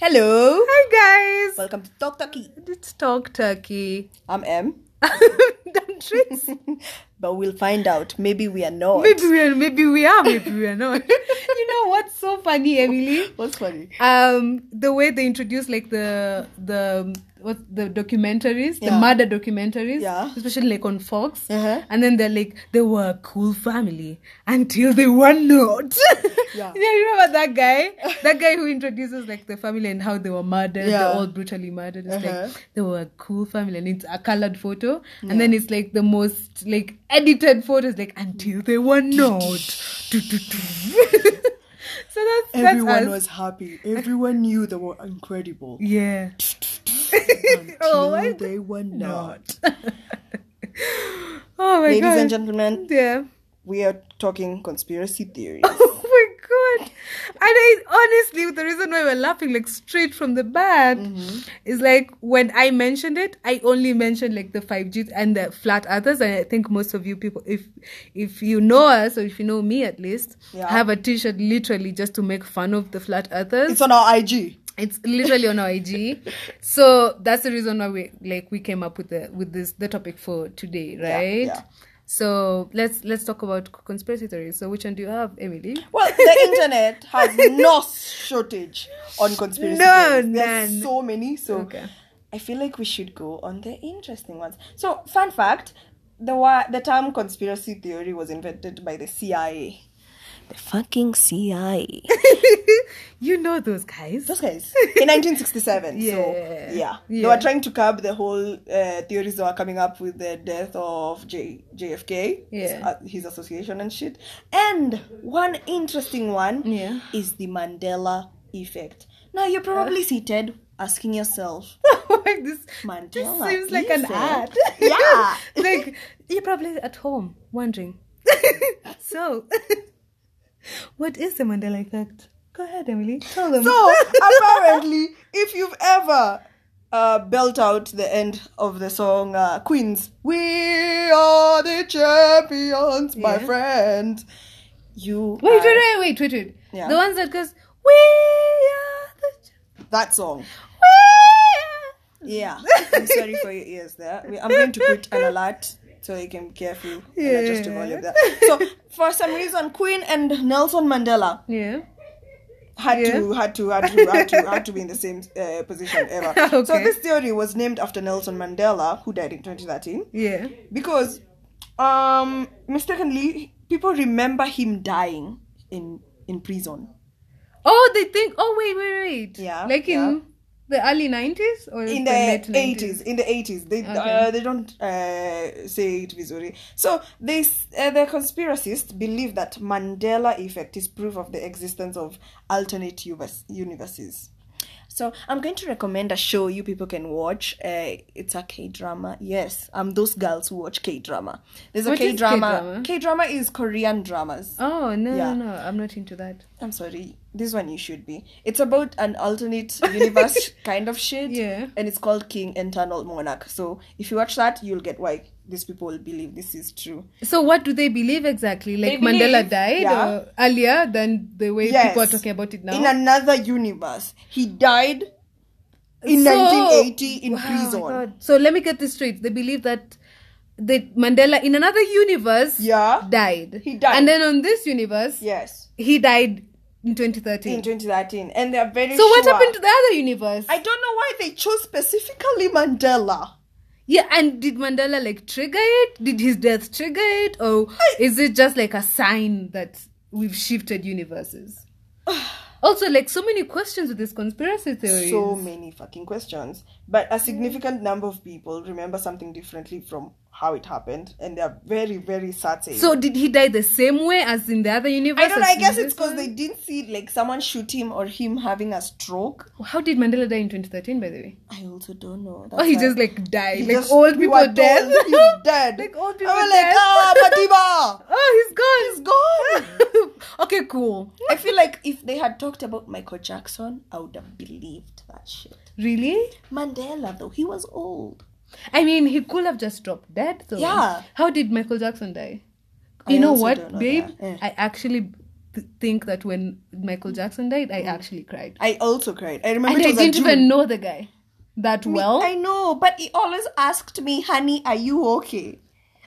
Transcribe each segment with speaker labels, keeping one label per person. Speaker 1: Hello.
Speaker 2: Hi guys,
Speaker 1: Welcome to Talk Talkie.
Speaker 2: let's talk turkey.
Speaker 1: I'm Em,
Speaker 2: Don't dress.
Speaker 1: but we'll find out. Maybe we are not.
Speaker 2: Maybe we are, maybe we are, maybe we are not. you know what's so funny, Emily?
Speaker 1: What's funny?
Speaker 2: Um, the way they introduce like the the what the documentaries, the
Speaker 1: Yeah.
Speaker 2: murder documentaries,
Speaker 1: Yeah.
Speaker 2: especially like on Fox,
Speaker 1: Uh-huh.
Speaker 2: and then they're like they were a cool family until they were not.
Speaker 1: Yeah.
Speaker 2: yeah, you remember that guy, that guy who introduces like the family and how they were murdered,
Speaker 1: Yeah.
Speaker 2: they're all brutally murdered. It's
Speaker 1: Uh-huh.
Speaker 2: like they were a cool family, and it's a colored photo, and then it's like the most like edited photos, like until they were not. Do, do, do. so that's that's us.
Speaker 1: Everyone was happy. Everyone knew they were incredible.
Speaker 2: Yeah.
Speaker 1: Till
Speaker 2: oh my,
Speaker 1: they were not.
Speaker 2: oh my
Speaker 1: Ladies
Speaker 2: god.
Speaker 1: and gentlemen,
Speaker 2: Yeah.
Speaker 1: we are talking conspiracy theories.
Speaker 2: Oh my god. And I honestly, the reason why we're laughing like straight from the bat is like when I mentioned it, I only mentioned like the 5G and the flat others. And I think most of you people, if if you know us or if you know me at least,
Speaker 1: Yeah.
Speaker 2: I have a t shirt literally just to make fun of the flat earthers.
Speaker 1: it's on our IG.
Speaker 2: it's literally on our IG. So that's the reason why we like we came up with the with this the topic for today, right?
Speaker 1: yeah.
Speaker 2: So let's let's talk about c- conspiracy theories. So which one do you have, Emily?
Speaker 1: Well, the internet has no shortage on conspiracy
Speaker 2: No,
Speaker 1: theories. There's
Speaker 2: none.
Speaker 1: so many. So
Speaker 2: Okay.
Speaker 1: I feel like we should go on the interesting ones. So, fun fact: the wa- the term conspiracy theory was invented by the CIA. The fucking CIA.
Speaker 2: You know those guys.
Speaker 1: Those guys in 1967. So
Speaker 2: Yeah.
Speaker 1: yeah. they
Speaker 2: Yeah.
Speaker 1: were trying to curb the whole uh, theories that were coming up with the death of J- JFK, his,
Speaker 2: Yeah.
Speaker 1: uh, his association and shit. And one interesting one
Speaker 2: Yeah.
Speaker 1: is the Mandela effect. Now you're probably
Speaker 2: Uh.
Speaker 1: seated asking yourself,
Speaker 2: like this, this
Speaker 1: Mandela
Speaker 2: seems like an
Speaker 1: effect?
Speaker 2: ad.
Speaker 1: Yeah.
Speaker 2: like you're probably at home wondering. so, what is the Mandela effect? Go ahead, Emily. Tell them.
Speaker 1: So apparently, if you've ever uh, belt out the end of the song uh, Queens, "We Are the Champions," my
Speaker 2: Yeah.
Speaker 1: friend, you
Speaker 2: Wait, wait,
Speaker 1: are-
Speaker 2: wait, wait, wait, wait.
Speaker 1: Yeah.
Speaker 2: The ones that goes, we are the, ch-
Speaker 1: that song.
Speaker 2: we
Speaker 1: Yeah, I'm sorry for your ears there. We- I'm going to put an alert so you can be careful and adjust to
Speaker 2: Yeah.
Speaker 1: volume there. So for some reason, Queen and Nelson Mandela
Speaker 2: are. Yeah.
Speaker 1: had
Speaker 2: Yeah.
Speaker 1: to had to had to had to had to be in the same uh, position ever. So
Speaker 2: Okay.
Speaker 1: this theory was named after Nelson Mandela, who died in 2013,
Speaker 2: Yeah.
Speaker 1: because um mistakenly people remember him dying in in prison.
Speaker 2: Oh, they think, oh, wait, wait, wait.
Speaker 1: Yeah,
Speaker 2: Like in the early 90s or
Speaker 1: In
Speaker 2: the
Speaker 1: the
Speaker 2: late 90s?
Speaker 1: eighties, in the eighties, they
Speaker 2: Okay.
Speaker 1: uh, they don't uh, say it visually. So they s- uh, the conspiracists believe that Mandela effect is proof of the existence of alternate univers- universes. So I'm going to recommend a show you people can watch. Uh, it's a K drama. Yes, I'm those girls who watch K drama. There's a
Speaker 2: What is
Speaker 1: K drama.
Speaker 2: K-drama?
Speaker 1: K drama is Korean dramas.
Speaker 2: Oh, no,
Speaker 1: Yeah.
Speaker 2: no, no. I'm not into that.
Speaker 1: I'm sorry, this one you should be. It's about an alternate universe kind of shit.
Speaker 2: Yeah.
Speaker 1: And it's called King Eternal Monarch. So if you watch that, you'll get why these people believe this is true.
Speaker 2: So, what do they believe exactly? Like Mandela
Speaker 1: believe-
Speaker 2: died
Speaker 1: Yeah.
Speaker 2: or earlier than the way
Speaker 1: Yes.
Speaker 2: people are talking about it now?
Speaker 1: In another universe, he died in
Speaker 2: So-
Speaker 1: 1980 in
Speaker 2: Wow, my
Speaker 1: prison.
Speaker 2: God. So, let me get this straight. They believe that the Mandela in another universe
Speaker 1: Yeah.
Speaker 2: died.
Speaker 1: He died.
Speaker 2: And then on this universe,
Speaker 1: Yes.
Speaker 2: he died in
Speaker 1: In
Speaker 2: 2013.
Speaker 1: 2013. And they're very
Speaker 2: so what
Speaker 1: sure-
Speaker 2: happened to the other universe?
Speaker 1: I don't know why they chose specifically Mandela.
Speaker 2: yeah, and did Mandela like trigger it? Did his death trigger it, or is it just like a sign that we've shifted universes? also, like so many questions with this conspiracy theory.
Speaker 1: so many fucking questions but
Speaker 2: Mm.
Speaker 1: a significant number of people remember something differently from how it happened and they're very very certain
Speaker 2: So did he die the same way as in the other universe?
Speaker 1: i don't know
Speaker 2: as
Speaker 1: i
Speaker 2: in
Speaker 1: guess it's
Speaker 2: this
Speaker 1: because
Speaker 2: one?
Speaker 1: they didn't see like someone shoot him or him having a stroke
Speaker 2: How did Mandela die in 2013? By the way,
Speaker 1: i also don't know
Speaker 2: oh, he
Speaker 1: That's
Speaker 2: just
Speaker 1: why-
Speaker 2: like died,
Speaker 1: He
Speaker 2: like
Speaker 1: just-
Speaker 2: old
Speaker 1: we
Speaker 2: people
Speaker 1: were
Speaker 2: death.
Speaker 1: told he's dead
Speaker 2: like old
Speaker 1: I
Speaker 2: people
Speaker 1: was like
Speaker 2: death.
Speaker 1: ah Madiba!
Speaker 2: oh, he's
Speaker 1: he's
Speaker 2: gone.
Speaker 1: gone
Speaker 2: okay, cool.
Speaker 1: i feel like if they had talked about michael jackson i would have believed that shit
Speaker 2: Really?
Speaker 1: mandela though he was old
Speaker 2: I mean, he could have just dropped dead. Though.
Speaker 1: Yeah.
Speaker 2: How did Michael Jackson die?
Speaker 1: I
Speaker 2: You know
Speaker 1: also
Speaker 2: what,
Speaker 1: don't know
Speaker 2: babe?
Speaker 1: that. Eh.
Speaker 2: I actually th- think that when Michael Jackson died, I actually cried,
Speaker 1: I also cried. I remember
Speaker 2: and
Speaker 1: it
Speaker 2: I
Speaker 1: Mm. was
Speaker 2: didn't
Speaker 1: a Jew.
Speaker 2: even know the guy that well.
Speaker 1: I know, but he always asked me, "Honey, are you okay?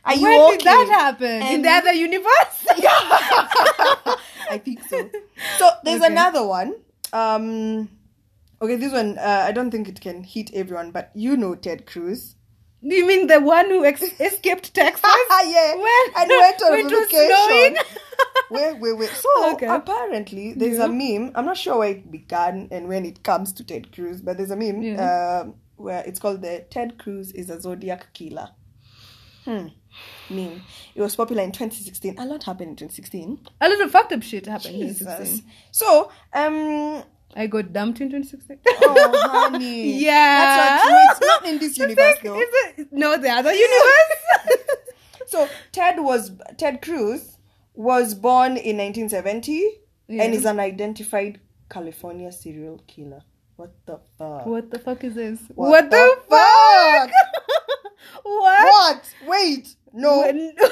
Speaker 1: Are you
Speaker 2: when
Speaker 1: okay?"
Speaker 2: did that happen? In
Speaker 1: And-
Speaker 2: the other universe?
Speaker 1: I think so. So there's
Speaker 2: Okay.
Speaker 1: another one. Um, okay, this one uh, I don't think it can hit everyone, but you know Ted Cruz.
Speaker 2: You mean the one who ex- escaped Texas?
Speaker 1: Ah, yeah,
Speaker 2: When-
Speaker 1: and went on
Speaker 2: when it was
Speaker 1: vacation.
Speaker 2: snowing?
Speaker 1: wait, wait, wait. So
Speaker 2: Okay.
Speaker 1: apparently, there's a meme. I'm not sure where it began and when it comes to Ted Cruz, but there's a meme
Speaker 2: Yeah.
Speaker 1: um, where it's called the Ted Cruz is a Zodiac Killer. Hmm. Meme. It was popular in 2016. A lot happened in 2016.
Speaker 2: A lot of fucked up shit happened in 2016.
Speaker 1: Jesus. So, um,
Speaker 2: I got dumped in 2016.
Speaker 1: Oh, honey.
Speaker 2: yeah.
Speaker 1: That's not true. It's not in this
Speaker 2: You
Speaker 1: universe,
Speaker 2: think
Speaker 1: though.
Speaker 2: it's a- no, the other universe.
Speaker 1: So Ted was Ted Cruz was born in 1970
Speaker 2: Yeah.
Speaker 1: and is an identified California serial killer. What the fuck?
Speaker 2: what the fuck is this?
Speaker 1: What
Speaker 2: What,
Speaker 1: the
Speaker 2: the,
Speaker 1: fuck?
Speaker 2: fuck? what?
Speaker 1: What? Wait. No.
Speaker 2: When- no,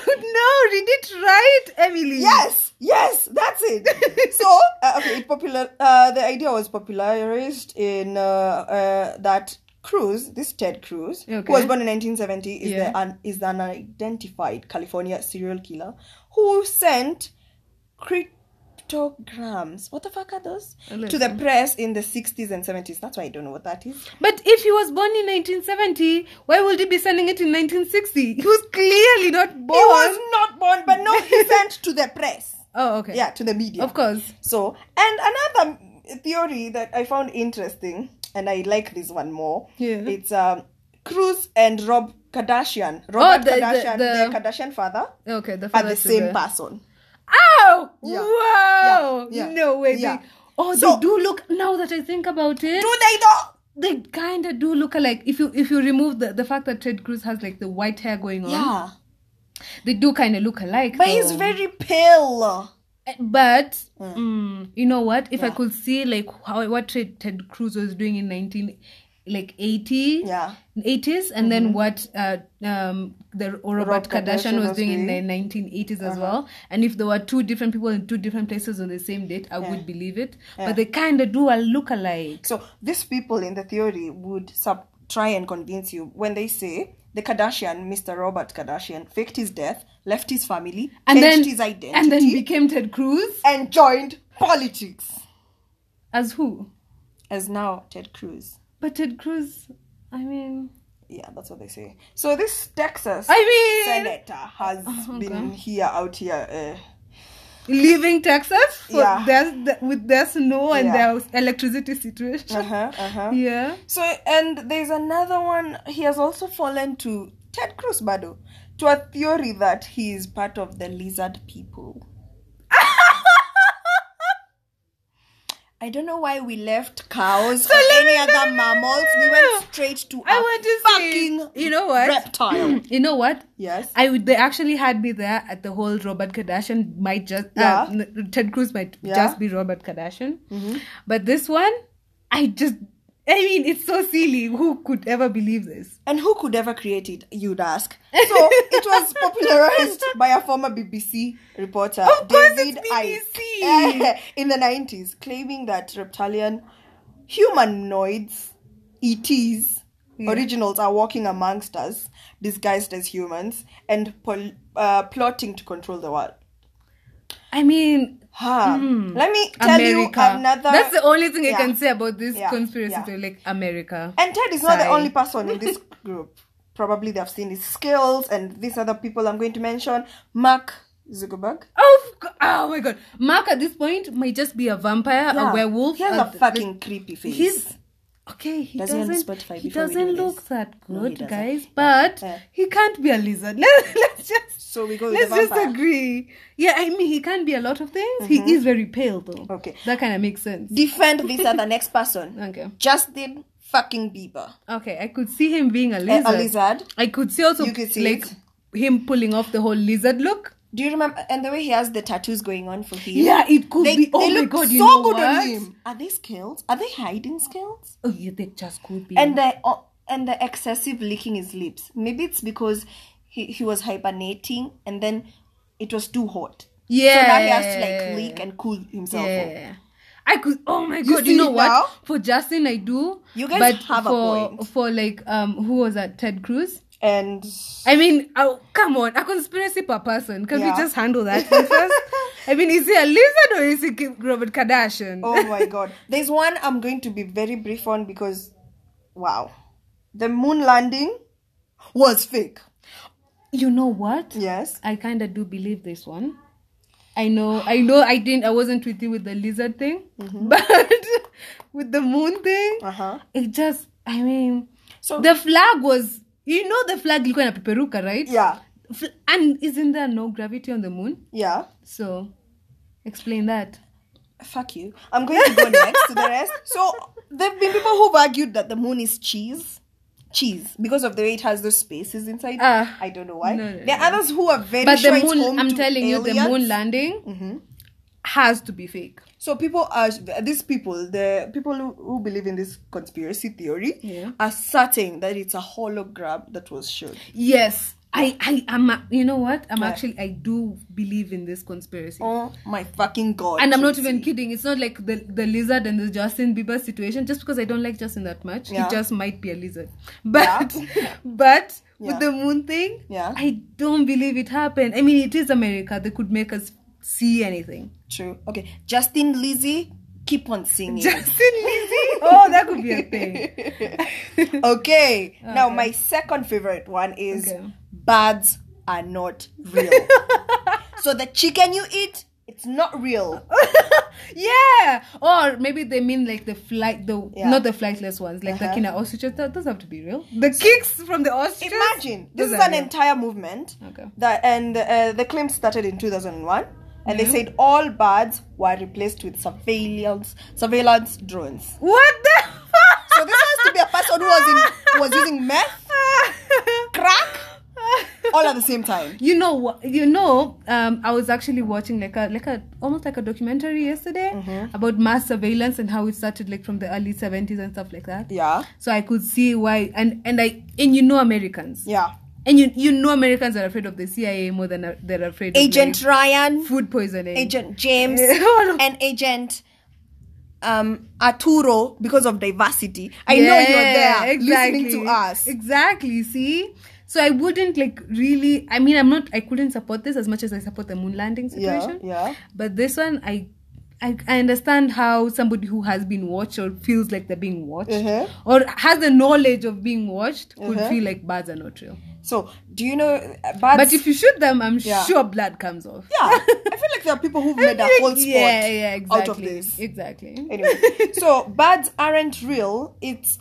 Speaker 2: read it right, Emily.
Speaker 1: Yes. Yes. That's it. so uh, okay, it popular. Uh, the idea was popularized in uh, uh, that. Cruz, this Ted Cruz, who
Speaker 2: Okay.
Speaker 1: was born in 1970, is
Speaker 2: Yeah.
Speaker 1: the un, is an unidentified California serial killer who sent cryptograms. What the fuck are those?
Speaker 2: Alexa.
Speaker 1: To the press in the 60s and 70s. That's why I don't know what that is.
Speaker 2: But if he was born in 1970, why would he be sending it in 1960? He was clearly not born.
Speaker 1: He was not born, but no, he sent to the press.
Speaker 2: Oh, okay.
Speaker 1: Yeah, to the media.
Speaker 2: Of course.
Speaker 1: So, and another theory that I found interesting, and I like this one more.
Speaker 2: Yeah.
Speaker 1: It's um, Cruz and Rob Kardashian. Robert
Speaker 2: Oh, the- the-
Speaker 1: Kardashian, the,
Speaker 2: the-
Speaker 1: Kardashian father,
Speaker 2: Okay, the
Speaker 1: are
Speaker 2: father
Speaker 1: the
Speaker 2: to
Speaker 1: same person.
Speaker 2: Oh!
Speaker 1: Yeah.
Speaker 2: Wow!
Speaker 1: Yeah. Yeah.
Speaker 2: No way.
Speaker 1: Yeah.
Speaker 2: They, oh,
Speaker 1: So-
Speaker 2: they do look. Now that I think about it,
Speaker 1: Do they though?
Speaker 2: they kind of do look alike. If you if you remove the, the fact that Ted Cruz has like the white hair going on,
Speaker 1: Yeah.
Speaker 2: they do kind of look alike.
Speaker 1: But he's
Speaker 2: though.
Speaker 1: very pale.
Speaker 2: Uh, But mm, you know what? If I
Speaker 1: Yeah.
Speaker 2: could see like how what Ted, Ted Cruz was doing in nineteen like eighty.
Speaker 1: Yeah.
Speaker 2: 80s and then what uh, um the Robert
Speaker 1: Rob
Speaker 2: Kardashian was doing Uh-huh. in the 1980s as well and if there were two different people in two different places on the same date I would believe it but they kind of do a look alike
Speaker 1: So these people in the theory would sub- try and convince you when they say the Kardashian, Mr. Robert Kardashian, faked his death, left his family,
Speaker 2: and
Speaker 1: changed
Speaker 2: then
Speaker 1: his identity,
Speaker 2: and then became Ted Cruz
Speaker 1: and joined politics.
Speaker 2: as who
Speaker 1: As now Ted Cruz.
Speaker 2: but Ted Cruz I mean
Speaker 1: Yeah, that's what they say. So this Texas
Speaker 2: I mean Oh,
Speaker 1: senator has been here out here. Uh,
Speaker 2: leaving Texas for
Speaker 1: Yeah.
Speaker 2: their, the, with their snow and
Speaker 1: Yeah.
Speaker 2: their electricity situation
Speaker 1: uh-huh, uh-huh.
Speaker 2: yeah
Speaker 1: So and there's another one. He has also fallen to Ted Cruz, Bado, to a theory that he is part of the lizard people. I don't know why we left cows or
Speaker 2: let
Speaker 1: any
Speaker 2: me- no,
Speaker 1: other
Speaker 2: no, no,
Speaker 1: mammals.
Speaker 2: no,
Speaker 1: We
Speaker 2: no,
Speaker 1: went
Speaker 2: no.
Speaker 1: straight to
Speaker 2: I
Speaker 1: a
Speaker 2: want to
Speaker 1: fucking
Speaker 2: see you know what
Speaker 1: reptile.
Speaker 2: you know what
Speaker 1: yes.
Speaker 2: I would. They actually had me there at the whole Robert Kardashian might just.
Speaker 1: Yeah.
Speaker 2: Uh, n- Ted Cruz might
Speaker 1: Yeah. Mm-hmm.
Speaker 2: just be Robert Kardashian. But this one, I just. I mean, it's so silly. Who could ever believe this?
Speaker 1: And who could ever create it, you'd ask. So it was popularized by a former BBC reporter,
Speaker 2: Of course it's
Speaker 1: David Icke,
Speaker 2: BBC.
Speaker 1: in the 90s, claiming that reptilian humanoids, ETs,
Speaker 2: Yeah.
Speaker 1: originals are walking amongst us, disguised as humans, and pol- uh, plotting to control the world.
Speaker 2: I mean,
Speaker 1: Huh. Let me tell
Speaker 2: Hmm. America.
Speaker 1: you another.
Speaker 2: That's the only thing
Speaker 1: Yeah.
Speaker 2: I can say about this
Speaker 1: Yeah.
Speaker 2: conspiracy
Speaker 1: Yeah.
Speaker 2: theory, like America.
Speaker 1: And Ted is not the
Speaker 2: Sorry.
Speaker 1: only person in this group. Probably they've seen his skills and these other people I'm going to mention. Mark Zuckerberg.
Speaker 2: Oh, f- oh my God! Mark at this point might just be a vampire,
Speaker 1: Yeah.
Speaker 2: a werewolf.
Speaker 1: He has
Speaker 2: a
Speaker 1: a
Speaker 2: th-
Speaker 1: fucking creepy face.
Speaker 2: He's okay. He
Speaker 1: Does he on
Speaker 2: doesn't.
Speaker 1: Spotify
Speaker 2: he
Speaker 1: before we do
Speaker 2: doesn't
Speaker 1: this?
Speaker 2: look that
Speaker 1: No, he
Speaker 2: good,
Speaker 1: doesn't.
Speaker 2: guys. But
Speaker 1: Yeah.
Speaker 2: he can't be a lizard. Let, let's just.
Speaker 1: So we go with
Speaker 2: Let's
Speaker 1: the
Speaker 2: just
Speaker 1: vampire. Mm-hmm.
Speaker 2: agree. Yeah, I mean, he can be a lot of things. He is very pale, though.
Speaker 1: Okay.
Speaker 2: that kind of makes sense.
Speaker 1: Defend this other next person.
Speaker 2: Okay.
Speaker 1: Justin fucking Bieber. Eh,
Speaker 2: Okay, I could see him being a
Speaker 1: A-
Speaker 2: lizard.
Speaker 1: A lizard.
Speaker 2: I could see also
Speaker 1: You could see
Speaker 2: like
Speaker 1: it.
Speaker 2: him pulling off the whole lizard look.
Speaker 1: Do you remember? And the way he has the tattoos going on for him.
Speaker 2: Yeah, it could
Speaker 1: They,
Speaker 2: be. Oh
Speaker 1: they
Speaker 2: my
Speaker 1: look
Speaker 2: god,
Speaker 1: so
Speaker 2: you know
Speaker 1: good
Speaker 2: what?
Speaker 1: on him. Are they skills? Are they hiding skills?
Speaker 2: Oh, yeah, they just could be.
Speaker 1: and the oh, and the excessive licking his lips. Maybe it's because he, he was hibernating and then it was too hot.
Speaker 2: Yeah.
Speaker 1: So now he has to like leak and cool himself. off.
Speaker 2: Yeah. I could. Oh my
Speaker 1: You
Speaker 2: god!
Speaker 1: see
Speaker 2: You, know
Speaker 1: it
Speaker 2: what?
Speaker 1: now?
Speaker 2: For Justin, I do.
Speaker 1: You guys
Speaker 2: but
Speaker 1: have a
Speaker 2: for,
Speaker 1: point.
Speaker 2: For like, um, who was that? Ted Cruz.
Speaker 1: And
Speaker 2: I mean, oh, come on, a conspiracy per person. Can
Speaker 1: Yeah.
Speaker 2: we just handle that one first? I mean, is he a lizard or is he Ki- Robert Kardashian?
Speaker 1: oh my god, there's one I'm going to be very brief on because, wow, the moon landing was fake.
Speaker 2: You know what?
Speaker 1: Yes.
Speaker 2: I kind of do believe this one. I know, I know, I didn't, I wasn't with you with the lizard thing,
Speaker 1: Mm-hmm.
Speaker 2: but with the moon thing,
Speaker 1: Uh huh.
Speaker 2: it just, I mean,
Speaker 1: So
Speaker 2: Uh-huh. the flag was, you know, the flag ilikuwa na peperuka, right?
Speaker 1: yeah,
Speaker 2: F- and isn't there no gravity on the moon?
Speaker 1: yeah.
Speaker 2: So, explain that.
Speaker 1: Fuck you. I'm going to go next to the rest. So there've been people who've argued that the moon is cheese. Cheese because of the way it has those spaces inside.
Speaker 2: Ah.
Speaker 1: I don't know why.
Speaker 2: No, no,
Speaker 1: there are others who are very
Speaker 2: But
Speaker 1: sure
Speaker 2: the
Speaker 1: it's home
Speaker 2: moon, I'm
Speaker 1: to
Speaker 2: telling you, the
Speaker 1: aliens. Mm-hmm.
Speaker 2: moon landing has to be fake.
Speaker 1: So people are these people, the people who, who believe in this conspiracy theory,
Speaker 2: Yeah.
Speaker 1: are certain that it's a hologram that was shot.
Speaker 2: Yes. I, I am, a- you know what? I'm
Speaker 1: Yeah.
Speaker 2: actually, I do believe in this conspiracy.
Speaker 1: Oh my fucking god!
Speaker 2: and I'm not
Speaker 1: Kizzy.
Speaker 2: even kidding. It's not like the the lizard and the Justin Bieber situation. Just because I don't like Justin that much,
Speaker 1: Yeah.
Speaker 2: he just might be a lizard. But but
Speaker 1: Yeah.
Speaker 2: with the moon thing,
Speaker 1: Yeah.
Speaker 2: I don't believe it happened. I mean, it is America. They could make us see anything.
Speaker 1: True. Okay, Justin Lizzie, keep on singing.
Speaker 2: Justin Lizzie. Oh, that could be a thing.
Speaker 1: okay. Now my second favorite one is
Speaker 2: Okay.
Speaker 1: birds are not real. so the chicken you eat, it's not real.
Speaker 2: yeah. Or maybe they mean like the flight, the
Speaker 1: Yeah.
Speaker 2: not the flightless ones, like
Speaker 1: Uh-huh.
Speaker 2: the Kina ostriches. That doesn't have to be real. The kicks from the ostriches.
Speaker 1: Imagine this
Speaker 2: those
Speaker 1: is
Speaker 2: are
Speaker 1: an
Speaker 2: real.
Speaker 1: entire movement
Speaker 2: Okay.
Speaker 1: that and uh, the claim started in 2001 and they
Speaker 2: Yeah.
Speaker 1: said all birds were replaced with surveillance surveillance drones.
Speaker 2: What the? fuck?
Speaker 1: So this has to be a person who was in was using meth,
Speaker 2: Ah.
Speaker 1: crack, all at the same time.
Speaker 2: you know what? You know, um, I was actually watching like a like a almost like a documentary yesterday
Speaker 1: Mm-hmm.
Speaker 2: about mass surveillance and how it started like from the early seventies and stuff like that.
Speaker 1: Yeah,
Speaker 2: So I could see why, and and I and you know Americans,
Speaker 1: yeah.
Speaker 2: and you you know Americans are afraid of the CIA more than uh, they're afraid
Speaker 1: Agent
Speaker 2: of
Speaker 1: Ryan,
Speaker 2: like, food poisoning.
Speaker 1: Agent James,
Speaker 2: All of-
Speaker 1: and Agent um Arturo because of diversity. I know you're there listening to us.
Speaker 2: Exactly. See, so I wouldn't like really. I mean, I'm not. I couldn't support this as much as I support the moon landing
Speaker 1: Yeah,
Speaker 2: situation.
Speaker 1: yeah.
Speaker 2: But this one, I. I, I understand how somebody who has been watched or feels like they're being watched
Speaker 1: Uh-huh.
Speaker 2: or has the knowledge of being watched could
Speaker 1: Uh-huh.
Speaker 2: feel like birds are not real.
Speaker 1: So, do you know uh, birds?
Speaker 2: But if you shoot them, I'm
Speaker 1: Yeah.
Speaker 2: sure blood comes off.
Speaker 1: yeah, I feel like there are people who've
Speaker 2: I
Speaker 1: made a
Speaker 2: feel
Speaker 1: whole
Speaker 2: like-
Speaker 1: sport
Speaker 2: yeah, yeah, exactly.
Speaker 1: out of this.
Speaker 2: Exactly.
Speaker 1: Anyway, so birds aren't real. It's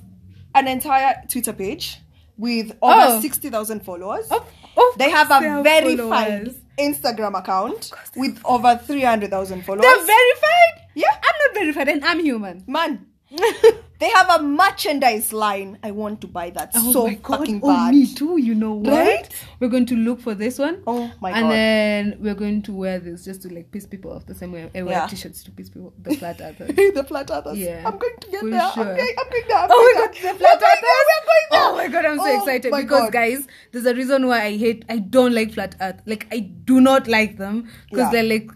Speaker 1: an entire Twitter page with over
Speaker 2: Oh.
Speaker 1: sixty thousand followers.
Speaker 2: Of- of
Speaker 1: they have
Speaker 2: course they
Speaker 1: a
Speaker 2: have
Speaker 1: verified
Speaker 2: followers.
Speaker 1: Instagram account with over three hundred thousand followers.
Speaker 2: They're verified?
Speaker 1: Yeah.
Speaker 2: I'm not verified and I'm human.
Speaker 1: Man, they have a merchandise line. I want to buy that so fucking
Speaker 2: Oh,
Speaker 1: bad.
Speaker 2: me too, you know what?
Speaker 1: Right?
Speaker 2: We're going to look for this one.
Speaker 1: Oh my
Speaker 2: and
Speaker 1: God.
Speaker 2: then we're going to wear this just to like piss people off the same way I wear
Speaker 1: Yeah.
Speaker 2: t-shirts to piss people the flat earthers.
Speaker 1: the flat earthers.
Speaker 2: Yeah.
Speaker 1: I'm going to get
Speaker 2: For
Speaker 1: there. I'm
Speaker 2: sure.
Speaker 1: going, I'm going there. I'm
Speaker 2: Oh my
Speaker 1: going
Speaker 2: god,
Speaker 1: there.
Speaker 2: the flat
Speaker 1: We're going there.
Speaker 2: earthers.
Speaker 1: We're going
Speaker 2: Oh my god, I'm so
Speaker 1: Oh
Speaker 2: excited
Speaker 1: my
Speaker 2: because
Speaker 1: God.
Speaker 2: guys, there's a reason why I hate I don't like flat earth. Like I do not like them because
Speaker 1: Yeah.
Speaker 2: they're like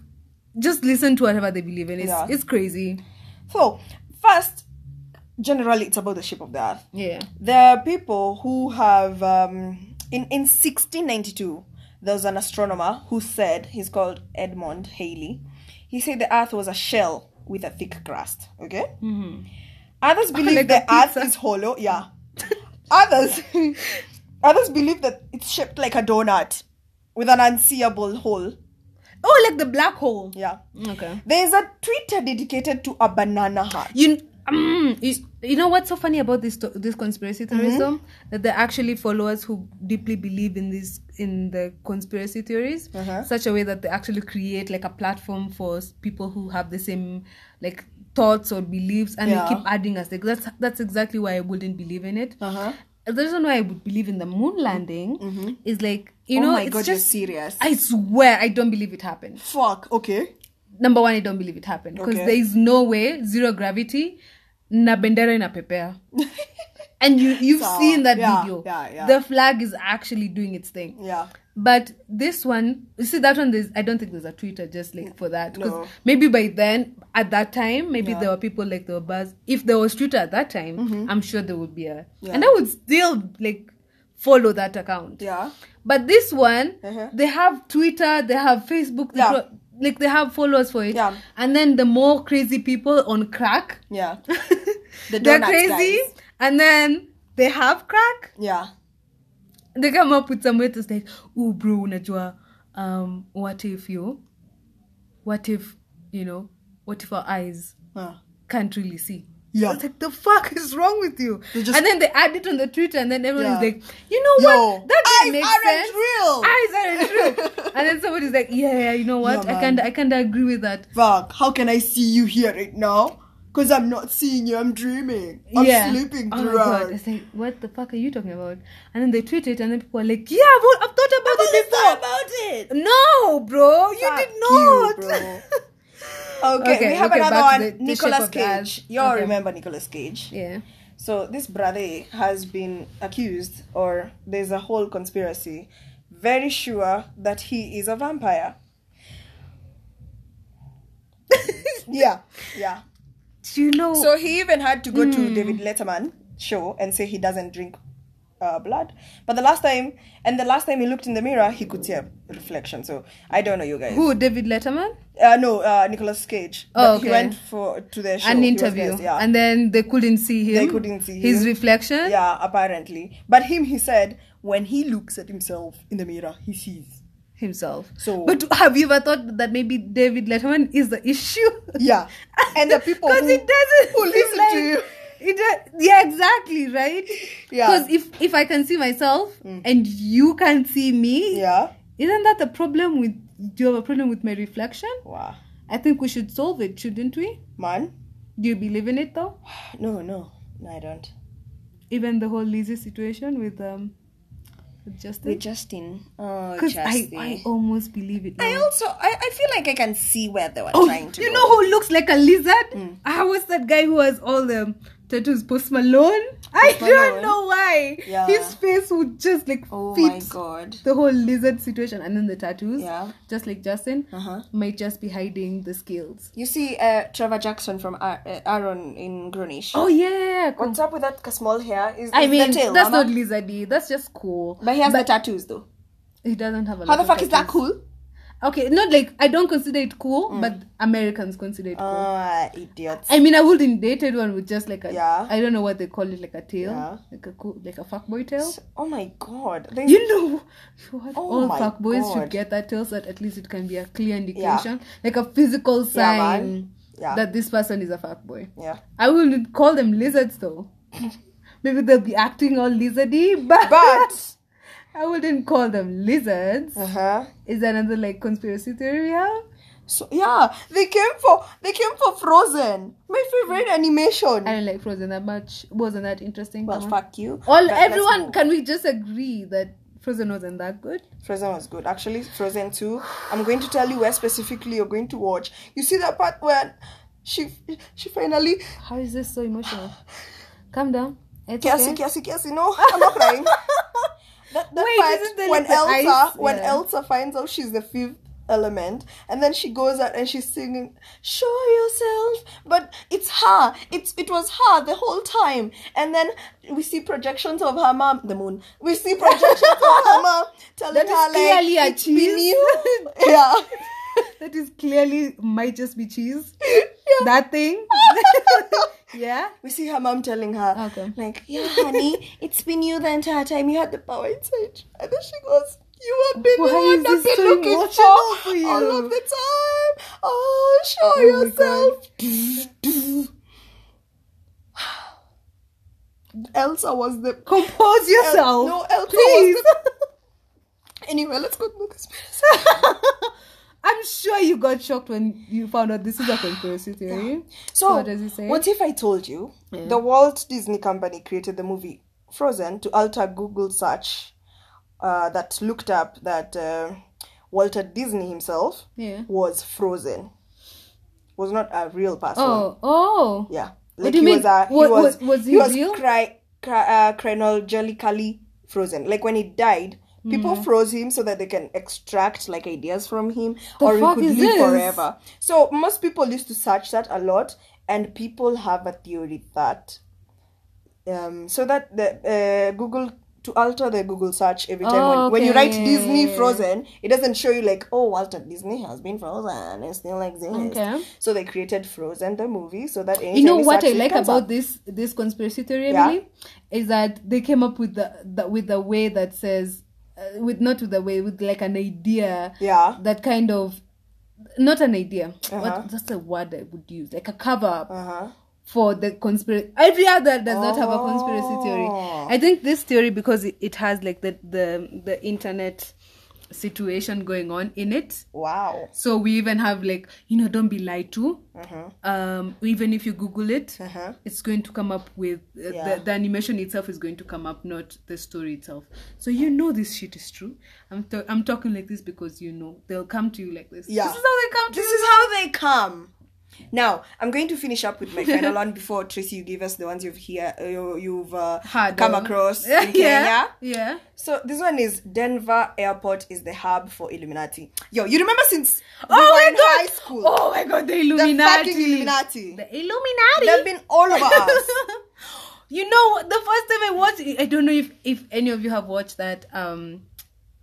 Speaker 2: just listen to whatever they believe in. It's
Speaker 1: Yeah.
Speaker 2: it's crazy.
Speaker 1: there. So, first, generally, it's about the shape of the earth.
Speaker 2: Yeah.
Speaker 1: There are people who have, um, in, in 1692, there was an astronomer who said, he's called Edmund Halley, he said the earth was a shell with a thick crust. Okay? Mm-hmm. Others believe
Speaker 2: Like
Speaker 1: the
Speaker 2: a
Speaker 1: earth
Speaker 2: pizza.
Speaker 1: is hollow. Yeah. others, others believe that it's shaped like a donut with an unseeable hole.
Speaker 2: Oh, like the black hole.
Speaker 1: Yeah.
Speaker 2: Okay.
Speaker 1: There's a Twitter dedicated to a banana heart.
Speaker 2: you, mm, you you know what's so funny about this to- this conspiracy
Speaker 1: Mm-hmm.
Speaker 2: terrorism that they're actually followers who deeply believe in these in the conspiracy theories
Speaker 1: Uh-huh.
Speaker 2: such a way that they actually create like a platform for s- people who have the same like thoughts or beliefs and
Speaker 1: Yeah.
Speaker 2: they keep adding us like that's that's exactly why I wouldn't believe in it
Speaker 1: Uh-huh.
Speaker 2: the reason why I would believe in the moon landing is like you
Speaker 1: oh
Speaker 2: know
Speaker 1: my
Speaker 2: it's
Speaker 1: god,
Speaker 2: just
Speaker 1: you're serious.
Speaker 2: I swear I don't believe it happened
Speaker 1: Fuck, okay.
Speaker 2: number one, I don't believe it happened because
Speaker 1: Okay.
Speaker 2: there is no way zero gravity na bendera inapepea. and you you've
Speaker 1: So,
Speaker 2: seen that
Speaker 1: yeah,
Speaker 2: video
Speaker 1: yeah, yeah.
Speaker 2: the flag is actually doing its thing
Speaker 1: Yeah.
Speaker 2: but this one you see that one there's i don't think there's a twitter just like for that 'Cause
Speaker 1: No.
Speaker 2: maybe by then at that time
Speaker 1: Yeah.
Speaker 2: maybe
Speaker 1: Mm-hmm.
Speaker 2: there were people like there were buzz if there was twitter at that time i'm sure there would be a
Speaker 1: Yeah.
Speaker 2: and i would still like follow that account
Speaker 1: Yeah.
Speaker 2: but this one
Speaker 1: Uh-huh.
Speaker 2: they have twitter they have facebook they
Speaker 1: Yeah.
Speaker 2: pro- like they have followers for it
Speaker 1: Yeah.
Speaker 2: and then the more crazy people on crack
Speaker 1: Yeah.
Speaker 2: they're
Speaker 1: donuts
Speaker 2: crazy
Speaker 1: guys.
Speaker 2: and then they have crack
Speaker 1: Yeah.
Speaker 2: they come up with some way to say, "Oh, bro, unajua, um, what if you, what if, you know, what if our eyes
Speaker 1: Huh.
Speaker 2: can't really see?"
Speaker 1: Yeah.
Speaker 2: It's like the fuck is wrong with you?
Speaker 1: They just-
Speaker 2: and then they add it on the Twitter, and then everyone is
Speaker 1: Yeah.
Speaker 2: like, "You know what?
Speaker 1: Yo,
Speaker 2: that
Speaker 1: eyes
Speaker 2: doesn't
Speaker 1: aren't real."
Speaker 2: make sense. Eyes aren't real." and then somebody's like, "Yeah, yeah, you know what?
Speaker 1: Yeah,
Speaker 2: I can, I can agree with that."
Speaker 1: Fuck. How can I see you here right now? Because I'm not seeing you. I'm dreaming. I'm
Speaker 2: yeah.
Speaker 1: sleeping
Speaker 2: Oh my god!
Speaker 1: throughout.
Speaker 2: It's like, what the fuck are you talking about? And then they tweet it, and then people are like, "Yeah, I've, I've thought about
Speaker 1: What
Speaker 2: it
Speaker 1: is
Speaker 2: before."
Speaker 1: that about it?
Speaker 2: No, bro, you
Speaker 1: Fuck
Speaker 2: did
Speaker 1: you,
Speaker 2: not.
Speaker 1: bro. Okay, we have
Speaker 2: okay,
Speaker 1: another
Speaker 2: back
Speaker 1: one.
Speaker 2: to the- the shape
Speaker 1: Nicolas
Speaker 2: of the eyes.
Speaker 1: Cage. You all
Speaker 2: Okay.
Speaker 1: remember Nicolas Cage.
Speaker 2: Yeah.
Speaker 1: So this brother has been accused, or there's a whole conspiracy, very sure that he is a vampire. Yeah, yeah.
Speaker 2: Do you know?
Speaker 1: So he even had to go
Speaker 2: Hmm.
Speaker 1: to David Letterman show and say he doesn't drink uh, blood. But the last time, and the last time he looked in the mirror, he could see a reflection. So I don't know, you guys.
Speaker 2: who? David Letterman?
Speaker 1: Uh, no, uh, Nicolas Cage.
Speaker 2: Oh,
Speaker 1: But He
Speaker 2: okay.
Speaker 1: went for to the show.
Speaker 2: An
Speaker 1: He was
Speaker 2: interview,
Speaker 1: there, yeah.
Speaker 2: and then they couldn't see him.
Speaker 1: They couldn't see
Speaker 2: his
Speaker 1: him.
Speaker 2: reflection.
Speaker 1: Yeah, apparently. But him, he said, when he looks at himself in the mirror, he sees.
Speaker 2: Himself.
Speaker 1: So-
Speaker 2: but have you ever thought that maybe David Letterman is the issue?
Speaker 1: Yeah. And the people
Speaker 2: because
Speaker 1: who-
Speaker 2: it doesn't
Speaker 1: who
Speaker 2: seem
Speaker 1: listen to
Speaker 2: like-
Speaker 1: you.
Speaker 2: It do- yeah, exactly, right?
Speaker 1: Yeah. Mm.
Speaker 2: Because if if I can see myself and you can see me,
Speaker 1: Yeah.
Speaker 2: isn't that the problem with? Do you have a problem with my reflection?
Speaker 1: Wow.
Speaker 2: I think we should solve it, shouldn't we?
Speaker 1: Man?
Speaker 2: Do you believe in it though?
Speaker 1: No, no. No, I don't.
Speaker 2: Even the whole Lizzie situation with um with
Speaker 1: With
Speaker 2: Justin.
Speaker 1: Justin. Oh,
Speaker 2: Because I,
Speaker 1: Justin.
Speaker 2: I almost believe it.
Speaker 1: I
Speaker 2: now.
Speaker 1: also, I, I feel like I can see where they were
Speaker 2: oh,
Speaker 1: trying to Hmm.
Speaker 2: you
Speaker 1: go.
Speaker 2: know who looks like a lizard? I was that guy who has all the tattoos. Post Malone. I
Speaker 1: Post Malone.
Speaker 2: don't know why.
Speaker 1: Yeah.
Speaker 2: His face would just like
Speaker 1: Oh my
Speaker 2: fit
Speaker 1: god.
Speaker 2: the whole lizard situation, and then the tattoos.
Speaker 1: Yeah.
Speaker 2: Just like Justin,
Speaker 1: Uh-huh.
Speaker 2: might just be hiding the scales.
Speaker 1: You see uh, Trevor Jackson from Ar- uh, Aaron in Grunish.
Speaker 2: Oh yeah.
Speaker 1: What's up with that small hair? Is,
Speaker 2: I
Speaker 1: is
Speaker 2: mean,
Speaker 1: the tail,
Speaker 2: that's
Speaker 1: mama?
Speaker 2: not lizardy. That's just cool.
Speaker 1: But he has the tattoos though.
Speaker 2: He doesn't have a.
Speaker 1: How
Speaker 2: lot
Speaker 1: the
Speaker 2: of
Speaker 1: fuck is that
Speaker 2: tattoos.
Speaker 1: cool? Hmm.
Speaker 2: Okay, not like I don't consider it cool, but Americans consider it cool.
Speaker 1: Ah, idiots.
Speaker 2: I mean, I wouldn't date anyone with just like a.
Speaker 1: Yeah.
Speaker 2: I don't know what they call it, like a tail,
Speaker 1: Yeah.
Speaker 2: like a cool, like a fuckboy tail.
Speaker 1: Oh my god. There's-
Speaker 2: You know, what?
Speaker 1: Oh
Speaker 2: all
Speaker 1: my
Speaker 2: fuckboys
Speaker 1: God.
Speaker 2: should get that tail so that at least it can be a clear indication, like a physical sign
Speaker 1: man. Yeah.
Speaker 2: that this person is a fuckboy.
Speaker 1: yeah.
Speaker 2: I wouldn't call them lizards though. Maybe they'll be acting all lizardy, but,
Speaker 1: But
Speaker 2: I wouldn't call them lizards.
Speaker 1: uh-huh.
Speaker 2: Is that another like conspiracy theory we have?
Speaker 1: So yeah, they came for they came for Frozen. My favorite animation.
Speaker 2: I don't like Frozen that much. Wasn't that interesting?
Speaker 1: well,
Speaker 2: Come on.
Speaker 1: fuck you. But
Speaker 2: All
Speaker 1: let's
Speaker 2: everyone
Speaker 1: move.
Speaker 2: can we just agree that Frozen wasn't that good?
Speaker 1: Frozen was good. Actually, Frozen 2. I'm going to tell you where specifically you're going to watch. You see that part where she she finally
Speaker 2: How is this so emotional? Calm down. It's
Speaker 1: Kiasi,
Speaker 2: okay.
Speaker 1: kiasi, kiasi. No, I'm not crying. That, that
Speaker 2: Wait,
Speaker 1: part
Speaker 2: isn't there
Speaker 1: when
Speaker 2: like the
Speaker 1: Elsa
Speaker 2: ice?
Speaker 1: when
Speaker 2: Yeah.
Speaker 1: Elsa finds out she's the fifth element, and then she goes out and she's singing "Show yourself," but it's her. It's it was her the whole time, and then we see projections of her mom, the moon. We see projections of her mom telling
Speaker 2: That is
Speaker 1: her
Speaker 2: clearly a
Speaker 1: like it's been
Speaker 2: cheese."
Speaker 1: you. yeah.
Speaker 2: That is clearly might just be cheese.
Speaker 1: Yeah.
Speaker 2: That thing. yeah.
Speaker 1: We see her mom telling her,
Speaker 2: Okay.
Speaker 1: like, yeah, honey, it's been you the entire time. You had the power inside. you." And then she goes, you have been
Speaker 2: Why
Speaker 1: the one I've
Speaker 2: is this
Speaker 1: been
Speaker 2: so
Speaker 1: looking
Speaker 2: emotional
Speaker 1: for,
Speaker 2: for you?
Speaker 1: all of the time. Oh, show
Speaker 2: my
Speaker 1: yourself. Elsa was the...
Speaker 2: Compose
Speaker 1: El-
Speaker 2: yourself.
Speaker 1: no, Elsa
Speaker 2: please.
Speaker 1: was the... Anyway, let's go to the conspiracy.
Speaker 2: I'm sure you got shocked when you found out this is a conspiracy theory.
Speaker 1: So,
Speaker 2: what does it say?
Speaker 1: What if I told you the Walt Disney Company created the movie Frozen to alter Google search uh, that looked up that uh, Walter Disney himself
Speaker 2: Yeah.
Speaker 1: was frozen, was not a real person.
Speaker 2: Oh, oh.
Speaker 1: Yeah.
Speaker 2: What do you mean?
Speaker 1: He was, a, he
Speaker 2: Wa- wa-
Speaker 1: was,
Speaker 2: was
Speaker 1: he,
Speaker 2: he
Speaker 1: was
Speaker 2: real?
Speaker 1: cry- cra- uh, chronologically frozen. Like when he died, people
Speaker 2: Mm.
Speaker 1: froze him so that they can extract like ideas from him, or he
Speaker 2: fuck
Speaker 1: could
Speaker 2: is
Speaker 1: live
Speaker 2: this?
Speaker 1: forever. So most people used to search that a lot, and people have a theory that um, so that the uh, Google to alter the Google search every time when, when you write Disney
Speaker 2: Okay.
Speaker 1: Frozen, it doesn't show you like oh Walter Disney has been frozen and still like this.
Speaker 2: Okay.
Speaker 1: So they created Frozen the movie so that
Speaker 2: you know
Speaker 1: anytime
Speaker 2: what I
Speaker 1: search, it
Speaker 2: like
Speaker 1: comes
Speaker 2: about
Speaker 1: up.
Speaker 2: this this conspiracy theory
Speaker 1: Yeah.
Speaker 2: Emily, is that they came up with the, the with a way that says uh, with not with a way with like an idea
Speaker 1: Yeah.
Speaker 2: that kind of not an idea
Speaker 1: Uh-huh.
Speaker 2: what, that's a word I would use like a cover up
Speaker 1: Uh huh.
Speaker 2: for the conspiracy every other does not have a conspiracy theory
Speaker 1: Oh.
Speaker 2: I think this theory because it, it has like the the the internet situation going on in it
Speaker 1: Wow.
Speaker 2: so we even have like you know don't be lied to. Um, even if you Google it,
Speaker 1: Uh-huh.
Speaker 2: it's going to come up with uh,
Speaker 1: Yeah.
Speaker 2: the, the animation itself is going to come up, not the story itself. So you know this shit is true. I'm t- I'm talking like this because you know they'll come to you like this.
Speaker 1: Yeah.
Speaker 2: This is how they come to
Speaker 1: This
Speaker 2: you.
Speaker 1: is how they come. Now I'm going to finish up with my final one before Tracy. You gave us the ones you've here uh, you- you've uh,
Speaker 2: Hard,
Speaker 1: come
Speaker 2: though.
Speaker 1: across in
Speaker 2: yeah,
Speaker 1: Kenya.
Speaker 2: yeah, yeah.
Speaker 1: So this one is Denver Airport is the hub for Illuminati. Yo, you remember since we were
Speaker 2: Oh
Speaker 1: in
Speaker 2: my god!
Speaker 1: high school?
Speaker 2: Oh my god! The Illuminati.
Speaker 1: fucking Illuminati.
Speaker 2: The Illuminati.
Speaker 1: They've been all over us.
Speaker 2: you know what? the first time i watched i don't know if if any of you have watched that um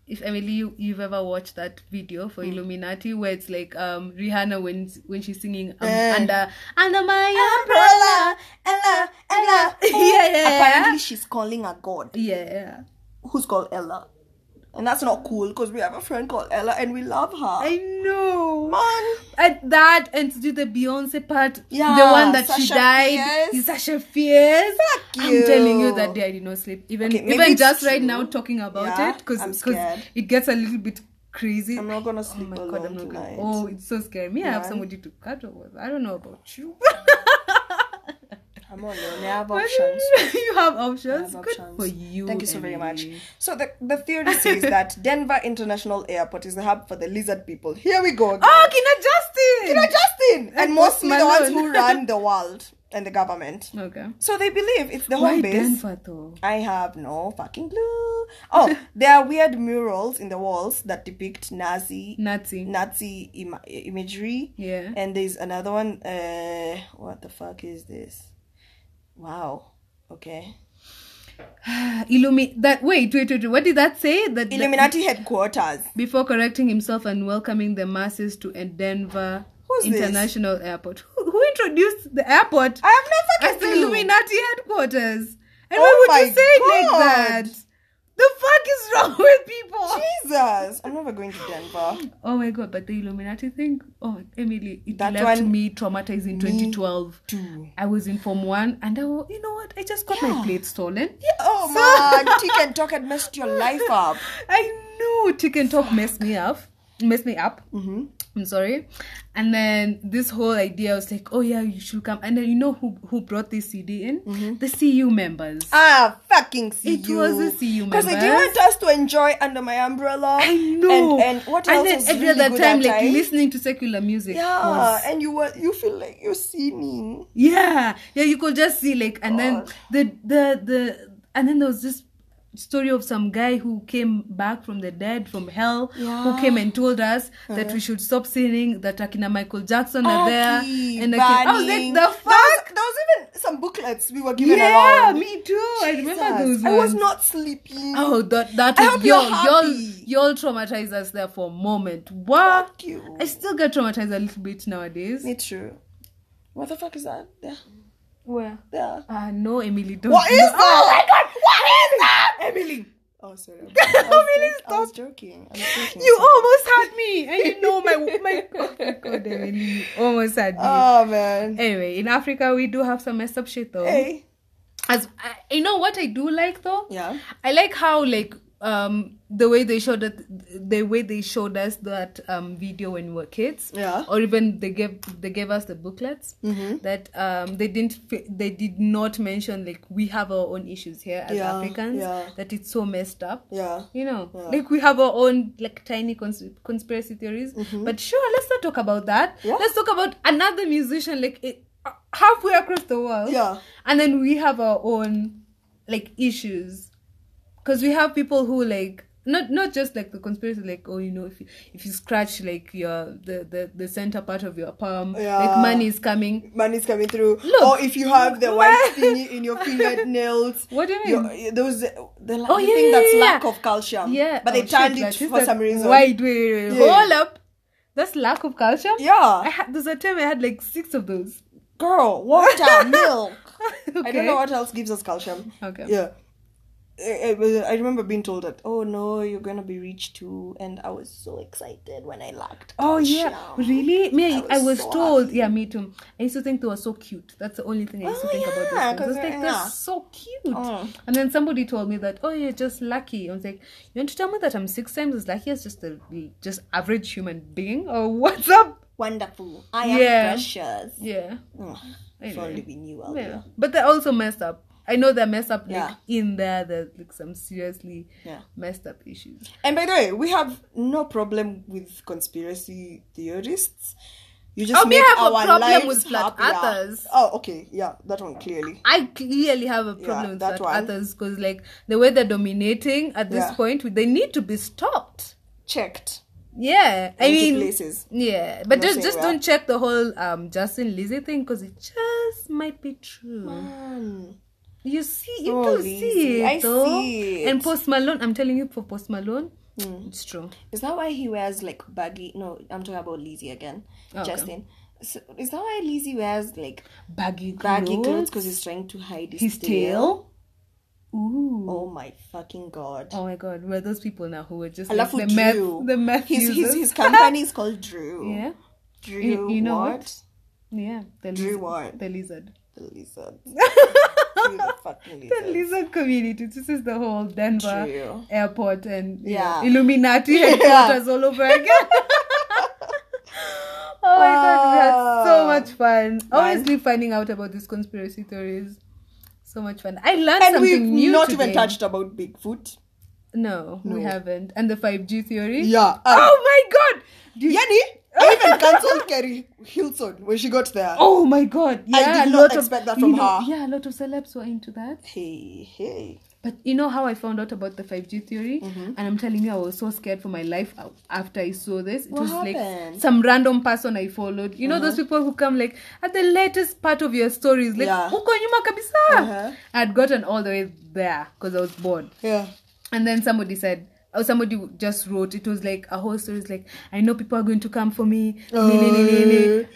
Speaker 2: if emily you, you've ever watched that video for illuminati where it's like um rihanna when when she's singing um,
Speaker 1: Eh.
Speaker 2: under under my umbrella
Speaker 1: Ella, Ella, Ella.
Speaker 2: Yeah, yeah, yeah.
Speaker 1: Apparently, she's calling a god.
Speaker 2: yeah
Speaker 1: who's called Ella. And that's not cool because we have a friend called Ella and we love her.
Speaker 2: i know
Speaker 1: Man.
Speaker 2: At that and to do the Beyonce part,
Speaker 1: Yeah,
Speaker 2: the one that she
Speaker 1: Sasha
Speaker 2: died
Speaker 1: Fierce.
Speaker 2: is such a fierce.
Speaker 1: Fuck
Speaker 2: I'm telling
Speaker 1: you.
Speaker 2: you that day I did not sleep. Even
Speaker 1: Okay, maybe
Speaker 2: even
Speaker 1: it's
Speaker 2: just right
Speaker 1: true.
Speaker 2: now talking about
Speaker 1: Yeah,
Speaker 2: it because
Speaker 1: I'm scared.
Speaker 2: it gets a little bit crazy.
Speaker 1: I'm not gonna sleep
Speaker 2: oh my
Speaker 1: alone
Speaker 2: god, I'm not
Speaker 1: tonight.
Speaker 2: gonna. Oh, it's so scary. Me, I have
Speaker 1: Yeah.
Speaker 2: somebody to cuddle with. I don't know about you.
Speaker 1: I'm alone. I have
Speaker 2: But
Speaker 1: options.
Speaker 2: you have
Speaker 1: I
Speaker 2: options.
Speaker 1: have
Speaker 2: Good
Speaker 1: options.
Speaker 2: for you.
Speaker 1: Thank you so very much.
Speaker 2: Emily.
Speaker 1: So the, the theory says that Denver International Airport is the hub for the lizard people. Here we go. again.
Speaker 2: Oh, Kina Justin.
Speaker 1: Now, Justin! And
Speaker 2: Post
Speaker 1: mostly the ones who
Speaker 2: Malone.
Speaker 1: run the world and the government.
Speaker 2: Okay.
Speaker 1: So they believe it's the
Speaker 2: Why
Speaker 1: home base.
Speaker 2: Denver though?
Speaker 1: I have no fucking clue. Oh, there are weird murals in the walls that depict Nazi
Speaker 2: Nazi.
Speaker 1: Nazi Im- imagery.
Speaker 2: Yeah.
Speaker 1: And there's another one. Uh, what the fuck is this? Wow. Okay.
Speaker 2: Uh, Illumi- that wait, wait, wait, wait. What did that say? That that-
Speaker 1: Illuminati headquarters.
Speaker 2: before correcting himself and welcoming the masses to a Denver
Speaker 1: Who's this?
Speaker 2: International Airport. Who, who introduced the airport
Speaker 1: I have no
Speaker 2: as
Speaker 1: fucking
Speaker 2: the
Speaker 1: clue.
Speaker 2: Illuminati headquarters? And
Speaker 1: Oh
Speaker 2: why
Speaker 1: my
Speaker 2: would you say it
Speaker 1: God.
Speaker 2: like that? The fuck is wrong with people?
Speaker 1: Jesus, I'm never going to Denver.
Speaker 2: Oh my god! But the Illuminati thing, oh Emily, it
Speaker 1: That
Speaker 2: left
Speaker 1: one-
Speaker 2: me traumatized in 2012.
Speaker 1: too.
Speaker 2: I was in Form One, and I, wa- you know what? I just got my plate stolen.
Speaker 1: Oh
Speaker 2: So-
Speaker 1: man, tick and talk had messed your life up.
Speaker 2: I know chicken talk messed me up. Messed me up. Mm-hmm. I'm sorry. And then this whole idea was like, oh yeah, you should come. And then you know who who brought this CD in? The CU members.
Speaker 1: Mm-hmm. Ah, fucking see
Speaker 2: It was a CU
Speaker 1: Because they didn't
Speaker 2: members.
Speaker 1: want us to enjoy under my umbrella.
Speaker 2: I know.
Speaker 1: And, and what else
Speaker 2: then
Speaker 1: was
Speaker 2: every
Speaker 1: really
Speaker 2: other
Speaker 1: good
Speaker 2: time,
Speaker 1: that
Speaker 2: like listening to secular music.
Speaker 1: Yeah,
Speaker 2: was-
Speaker 1: and you were you feel like you're sinning.
Speaker 2: yeah, yeah. You could just see like, and then
Speaker 1: God.
Speaker 2: the the the, and then there was this story of some guy who came back from the dead from hell who
Speaker 1: Yeah. Uh-huh.
Speaker 2: came and told us that we should stop sinning that akina michael jackson
Speaker 1: Oh,
Speaker 2: are there
Speaker 1: Aki,
Speaker 2: and Aki- i was
Speaker 1: Bunny.
Speaker 2: like Oh, the
Speaker 1: There was,
Speaker 2: fuck
Speaker 1: there was even some booklets we were given
Speaker 2: yeah
Speaker 1: around.
Speaker 2: me too i remember
Speaker 1: Jesus,
Speaker 2: those
Speaker 1: I was
Speaker 2: ones.
Speaker 1: not sleeping.
Speaker 2: oh that that
Speaker 1: I
Speaker 2: is
Speaker 1: hope you're
Speaker 2: y'all y'all
Speaker 1: happy.
Speaker 2: y'all traumatized us there for a moment what
Speaker 1: Fuck you.
Speaker 2: i still get traumatized a little bit nowadays
Speaker 1: Me too. What the fuck is that? There,
Speaker 2: where
Speaker 1: there.
Speaker 2: ah no emily don't
Speaker 1: What is
Speaker 2: no.
Speaker 1: that? Oh my god! What is that?
Speaker 2: emily
Speaker 1: Oh sorry. I was,
Speaker 2: Really,
Speaker 1: joking. I was joking. I was joking.
Speaker 2: You almost had me. And you know my my oh my god, Emily, you almost had me.
Speaker 1: Oh man.
Speaker 2: anyway, in Africa we do have some messed up shit though.
Speaker 1: Hey.
Speaker 2: As I, you know what I do like though?
Speaker 1: Yeah.
Speaker 2: I like how like um the way they showed that the way they showed us that um video when we were kids
Speaker 1: Yeah.
Speaker 2: or even they gave they gave us the booklets
Speaker 1: Mm-hmm.
Speaker 2: that um they didn't fi- they did not mention like we have our own issues here as
Speaker 1: Yeah,
Speaker 2: africans
Speaker 1: yeah.
Speaker 2: that it's so messed up
Speaker 1: Yeah.
Speaker 2: you know
Speaker 1: Yeah.
Speaker 2: like we have our own like tiny cons- conspiracy theories but sure let's not talk about that
Speaker 1: Mm-hmm. Yeah.
Speaker 2: let's talk about another musician like it, halfway across the world
Speaker 1: Yeah.
Speaker 2: and then we have our own like issues because we have people who like not not just like the conspiracy like oh you know if you, if you scratch like your the, the the center part of your palm like
Speaker 1: Yeah.
Speaker 2: money is coming
Speaker 1: Money's coming through.
Speaker 2: Look.
Speaker 1: or if you have the
Speaker 2: Where?
Speaker 1: white thingy in your fingernails.
Speaker 2: What do you
Speaker 1: your- those eh, the oh,
Speaker 2: yeah,
Speaker 1: thing
Speaker 2: yeah,
Speaker 1: that's
Speaker 2: yeah,
Speaker 1: lack
Speaker 2: yeah.
Speaker 1: of calcium.
Speaker 2: yeah
Speaker 1: But they
Speaker 2: Oh, shit,
Speaker 1: turned
Speaker 2: like,
Speaker 1: it
Speaker 2: this
Speaker 1: for
Speaker 2: is-
Speaker 1: some reason.
Speaker 2: wait wait, wait, wait.
Speaker 1: Yeah.
Speaker 2: hold up that's lack of culture I
Speaker 1: Yeah.
Speaker 2: had there's a time I had like six of those
Speaker 1: Girl, water, milk.
Speaker 2: okay.
Speaker 1: I don't know what else gives us calcium.
Speaker 2: Okay.
Speaker 1: Yeah. I, I- I remember being told that, oh no, you're gonna be rich too, and I was so excited when I lacked.
Speaker 2: Oh yeah,
Speaker 1: calcium.
Speaker 2: really? Me, I,
Speaker 1: I
Speaker 2: I
Speaker 1: was
Speaker 2: was
Speaker 1: so
Speaker 2: told.
Speaker 1: happy.
Speaker 2: Yeah, me too. I used to think they were so cute. That's the only thing I used to
Speaker 1: Oh,
Speaker 2: think
Speaker 1: yeah,
Speaker 2: about those
Speaker 1: 'cause
Speaker 2: things. I was like,
Speaker 1: they're-
Speaker 2: they're
Speaker 1: yeah.
Speaker 2: so cute.
Speaker 1: Mm.
Speaker 2: And then somebody told me that, oh, you're just lucky. I was like, you want to tell me that I'm six times as lucky as just a just average human being, or what's up?
Speaker 1: Wonderful. I am
Speaker 2: Yeah.
Speaker 1: precious.
Speaker 2: Yeah,
Speaker 1: Mm. If
Speaker 2: Anyway.
Speaker 1: only we knew earlier.
Speaker 2: yeah. But they're also messed up. I know they're messed up.
Speaker 1: Oh, Yeah.
Speaker 2: Like in there, there's like some seriously
Speaker 1: Yeah.
Speaker 2: messed up issues.
Speaker 1: And by the way, we have no problem with conspiracy theorists. You just
Speaker 2: Oh, we
Speaker 1: make
Speaker 2: have a
Speaker 1: our
Speaker 2: problem
Speaker 1: lives
Speaker 2: with flat
Speaker 1: happier.
Speaker 2: earthers.
Speaker 1: Oh, okay, yeah, that one clearly.
Speaker 2: I clearly have a problem
Speaker 1: Yeah,
Speaker 2: with
Speaker 1: that
Speaker 2: that
Speaker 1: one.
Speaker 2: others because, like, the way they're dominating at this
Speaker 1: Yeah.
Speaker 2: point, they need to be stopped.
Speaker 1: Checked.
Speaker 2: Yeah, I
Speaker 1: Empty
Speaker 2: mean,
Speaker 1: places.
Speaker 2: yeah, but
Speaker 1: not
Speaker 2: just
Speaker 1: saying
Speaker 2: just
Speaker 1: that.
Speaker 2: don't check the whole um Justin Lizzie thing because it just might be true.
Speaker 1: Mm.
Speaker 2: You see, you
Speaker 1: Oh,
Speaker 2: do see
Speaker 1: Lizzie,
Speaker 2: it,
Speaker 1: I
Speaker 2: though.
Speaker 1: see it. Hmm.
Speaker 2: And Post Malone, I'm telling you, for Post Malone, it's true.
Speaker 1: Is that why he wears like baggy? No, I'm talking about Lizzie again.
Speaker 2: Okay.
Speaker 1: Justin. So, is that why Lizzie wears like
Speaker 2: Baggy clothes,
Speaker 1: baggy clothes because he's trying to hide his,
Speaker 2: his tail. Ooh.
Speaker 1: Oh my fucking god.
Speaker 2: Oh my God, where are those people now who were just
Speaker 1: I
Speaker 2: like,
Speaker 1: love
Speaker 2: the
Speaker 1: who
Speaker 2: meth,
Speaker 1: Drew.
Speaker 2: the meth
Speaker 1: his, his,
Speaker 2: users?
Speaker 1: his company is called Drew.
Speaker 2: yeah.
Speaker 1: Drew
Speaker 2: You- you know
Speaker 1: what?
Speaker 2: what? Yeah, the
Speaker 1: Drew
Speaker 2: lizard.
Speaker 1: what?
Speaker 2: The lizard.
Speaker 1: The lizard. Drew the fucking
Speaker 2: The
Speaker 1: lizard.
Speaker 2: lizard community. This is the whole Denver
Speaker 1: Drew.
Speaker 2: airport and you
Speaker 1: Yeah.
Speaker 2: know, Illuminati headquarters all over again. oh my god, we had so
Speaker 1: Wow.
Speaker 2: much fun. Honestly, finding out about these conspiracy theories, so much fun. I learned
Speaker 1: And
Speaker 2: something
Speaker 1: we've
Speaker 2: new
Speaker 1: not
Speaker 2: today.
Speaker 1: even touched about Bigfoot.
Speaker 2: No, we
Speaker 1: No.
Speaker 2: haven't. And the five G theory.
Speaker 1: Yeah. Uh,
Speaker 2: Oh my god. Did-
Speaker 1: Yanni, I even cancelled Kerry Hilson when she got there.
Speaker 2: Oh my god. Yeah,
Speaker 1: I did
Speaker 2: a
Speaker 1: not
Speaker 2: lot
Speaker 1: expect
Speaker 2: of,
Speaker 1: that
Speaker 2: you
Speaker 1: from
Speaker 2: know,
Speaker 1: her.
Speaker 2: Yeah, a lot of celebs were into that.
Speaker 1: Hey, hey.
Speaker 2: But you know how I found out about the 5G theory?
Speaker 1: Mm-hmm.
Speaker 2: And I'm telling you, I was so scared for my life a- after I saw this. It
Speaker 1: What
Speaker 2: was like
Speaker 1: happened? Mm-hmm.
Speaker 2: some random person I followed. You know those people who come like at the latest part of your stories, like
Speaker 1: Yeah.
Speaker 2: uko nyuma kabisa.
Speaker 1: Uh-huh.
Speaker 2: I'd gotten all the way there because I was bored.
Speaker 1: Yeah.
Speaker 2: And then somebody said, or somebody just wrote, it was like a whole story. It's like, I know people are going to come for me.
Speaker 1: Oh,
Speaker 2: Nini, nini, nini.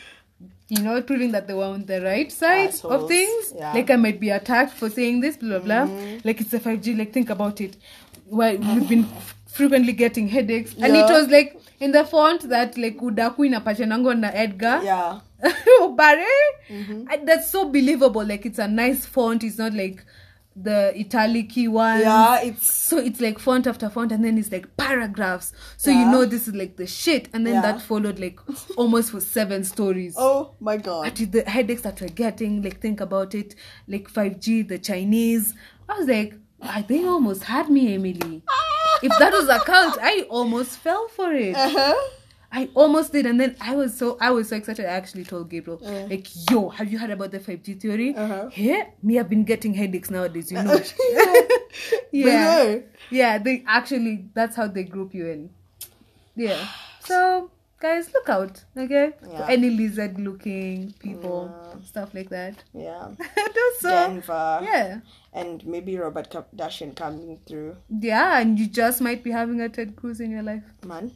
Speaker 2: You know, proving that they were on the right side of
Speaker 1: Assholes.
Speaker 2: things.
Speaker 1: Yeah. Mm-hmm.
Speaker 2: Like I might be attacked for saying this, blah blah blah. Like it's a 5G. Like think about it. Why we've been f- frequently getting headaches, and it
Speaker 1: Yeah.
Speaker 2: was like in the font that like udaku inapachanango na Edgar.
Speaker 1: Yeah. Mm-hmm.
Speaker 2: Bare. And that's so believable. Like it's a nice font. It's not like the italic one
Speaker 1: Yeah, it's
Speaker 2: so it's like font after font and then it's like paragraphs so you
Speaker 1: Yeah.
Speaker 2: know this is like the shit and then
Speaker 1: Yeah.
Speaker 2: that followed like almost for seven stories
Speaker 1: oh my god.
Speaker 2: But the headaches that we're getting like think about it like 5g the chinese i was like ah, they almost had me emily if that was a cult i almost fell for it
Speaker 1: Uh-huh.
Speaker 2: I almost did, and then I was so I was so excited. I actually told Gabriel, like, "Yo, have you heard about the five G theory?
Speaker 1: Uh. Uh-huh.
Speaker 2: Here, me, I've been getting headaches nowadays. You know, yeah,
Speaker 1: know.
Speaker 2: yeah. They actually that's how they group you in. Yeah. So guys, look out, okay? For
Speaker 1: Yeah.
Speaker 2: any lizard-looking people, stuff like that.
Speaker 1: Yeah.
Speaker 2: That's so
Speaker 1: Denver.
Speaker 2: yeah,
Speaker 1: And maybe Robert Kardashian coming through.
Speaker 2: yeah, and you just might be having a Ted Cruz in your life,
Speaker 1: Man.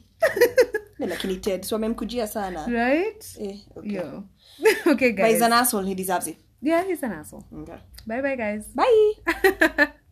Speaker 1: No, lakini Ted, so amemkujia sana.
Speaker 2: right?
Speaker 1: Eh, okay.
Speaker 2: Yo, okay,
Speaker 1: But he's
Speaker 2: guys.
Speaker 1: an asshole, he deserves it.
Speaker 2: yeah, he's an asshole.
Speaker 1: Okay.
Speaker 2: Bye, bye, guys.
Speaker 1: Bye.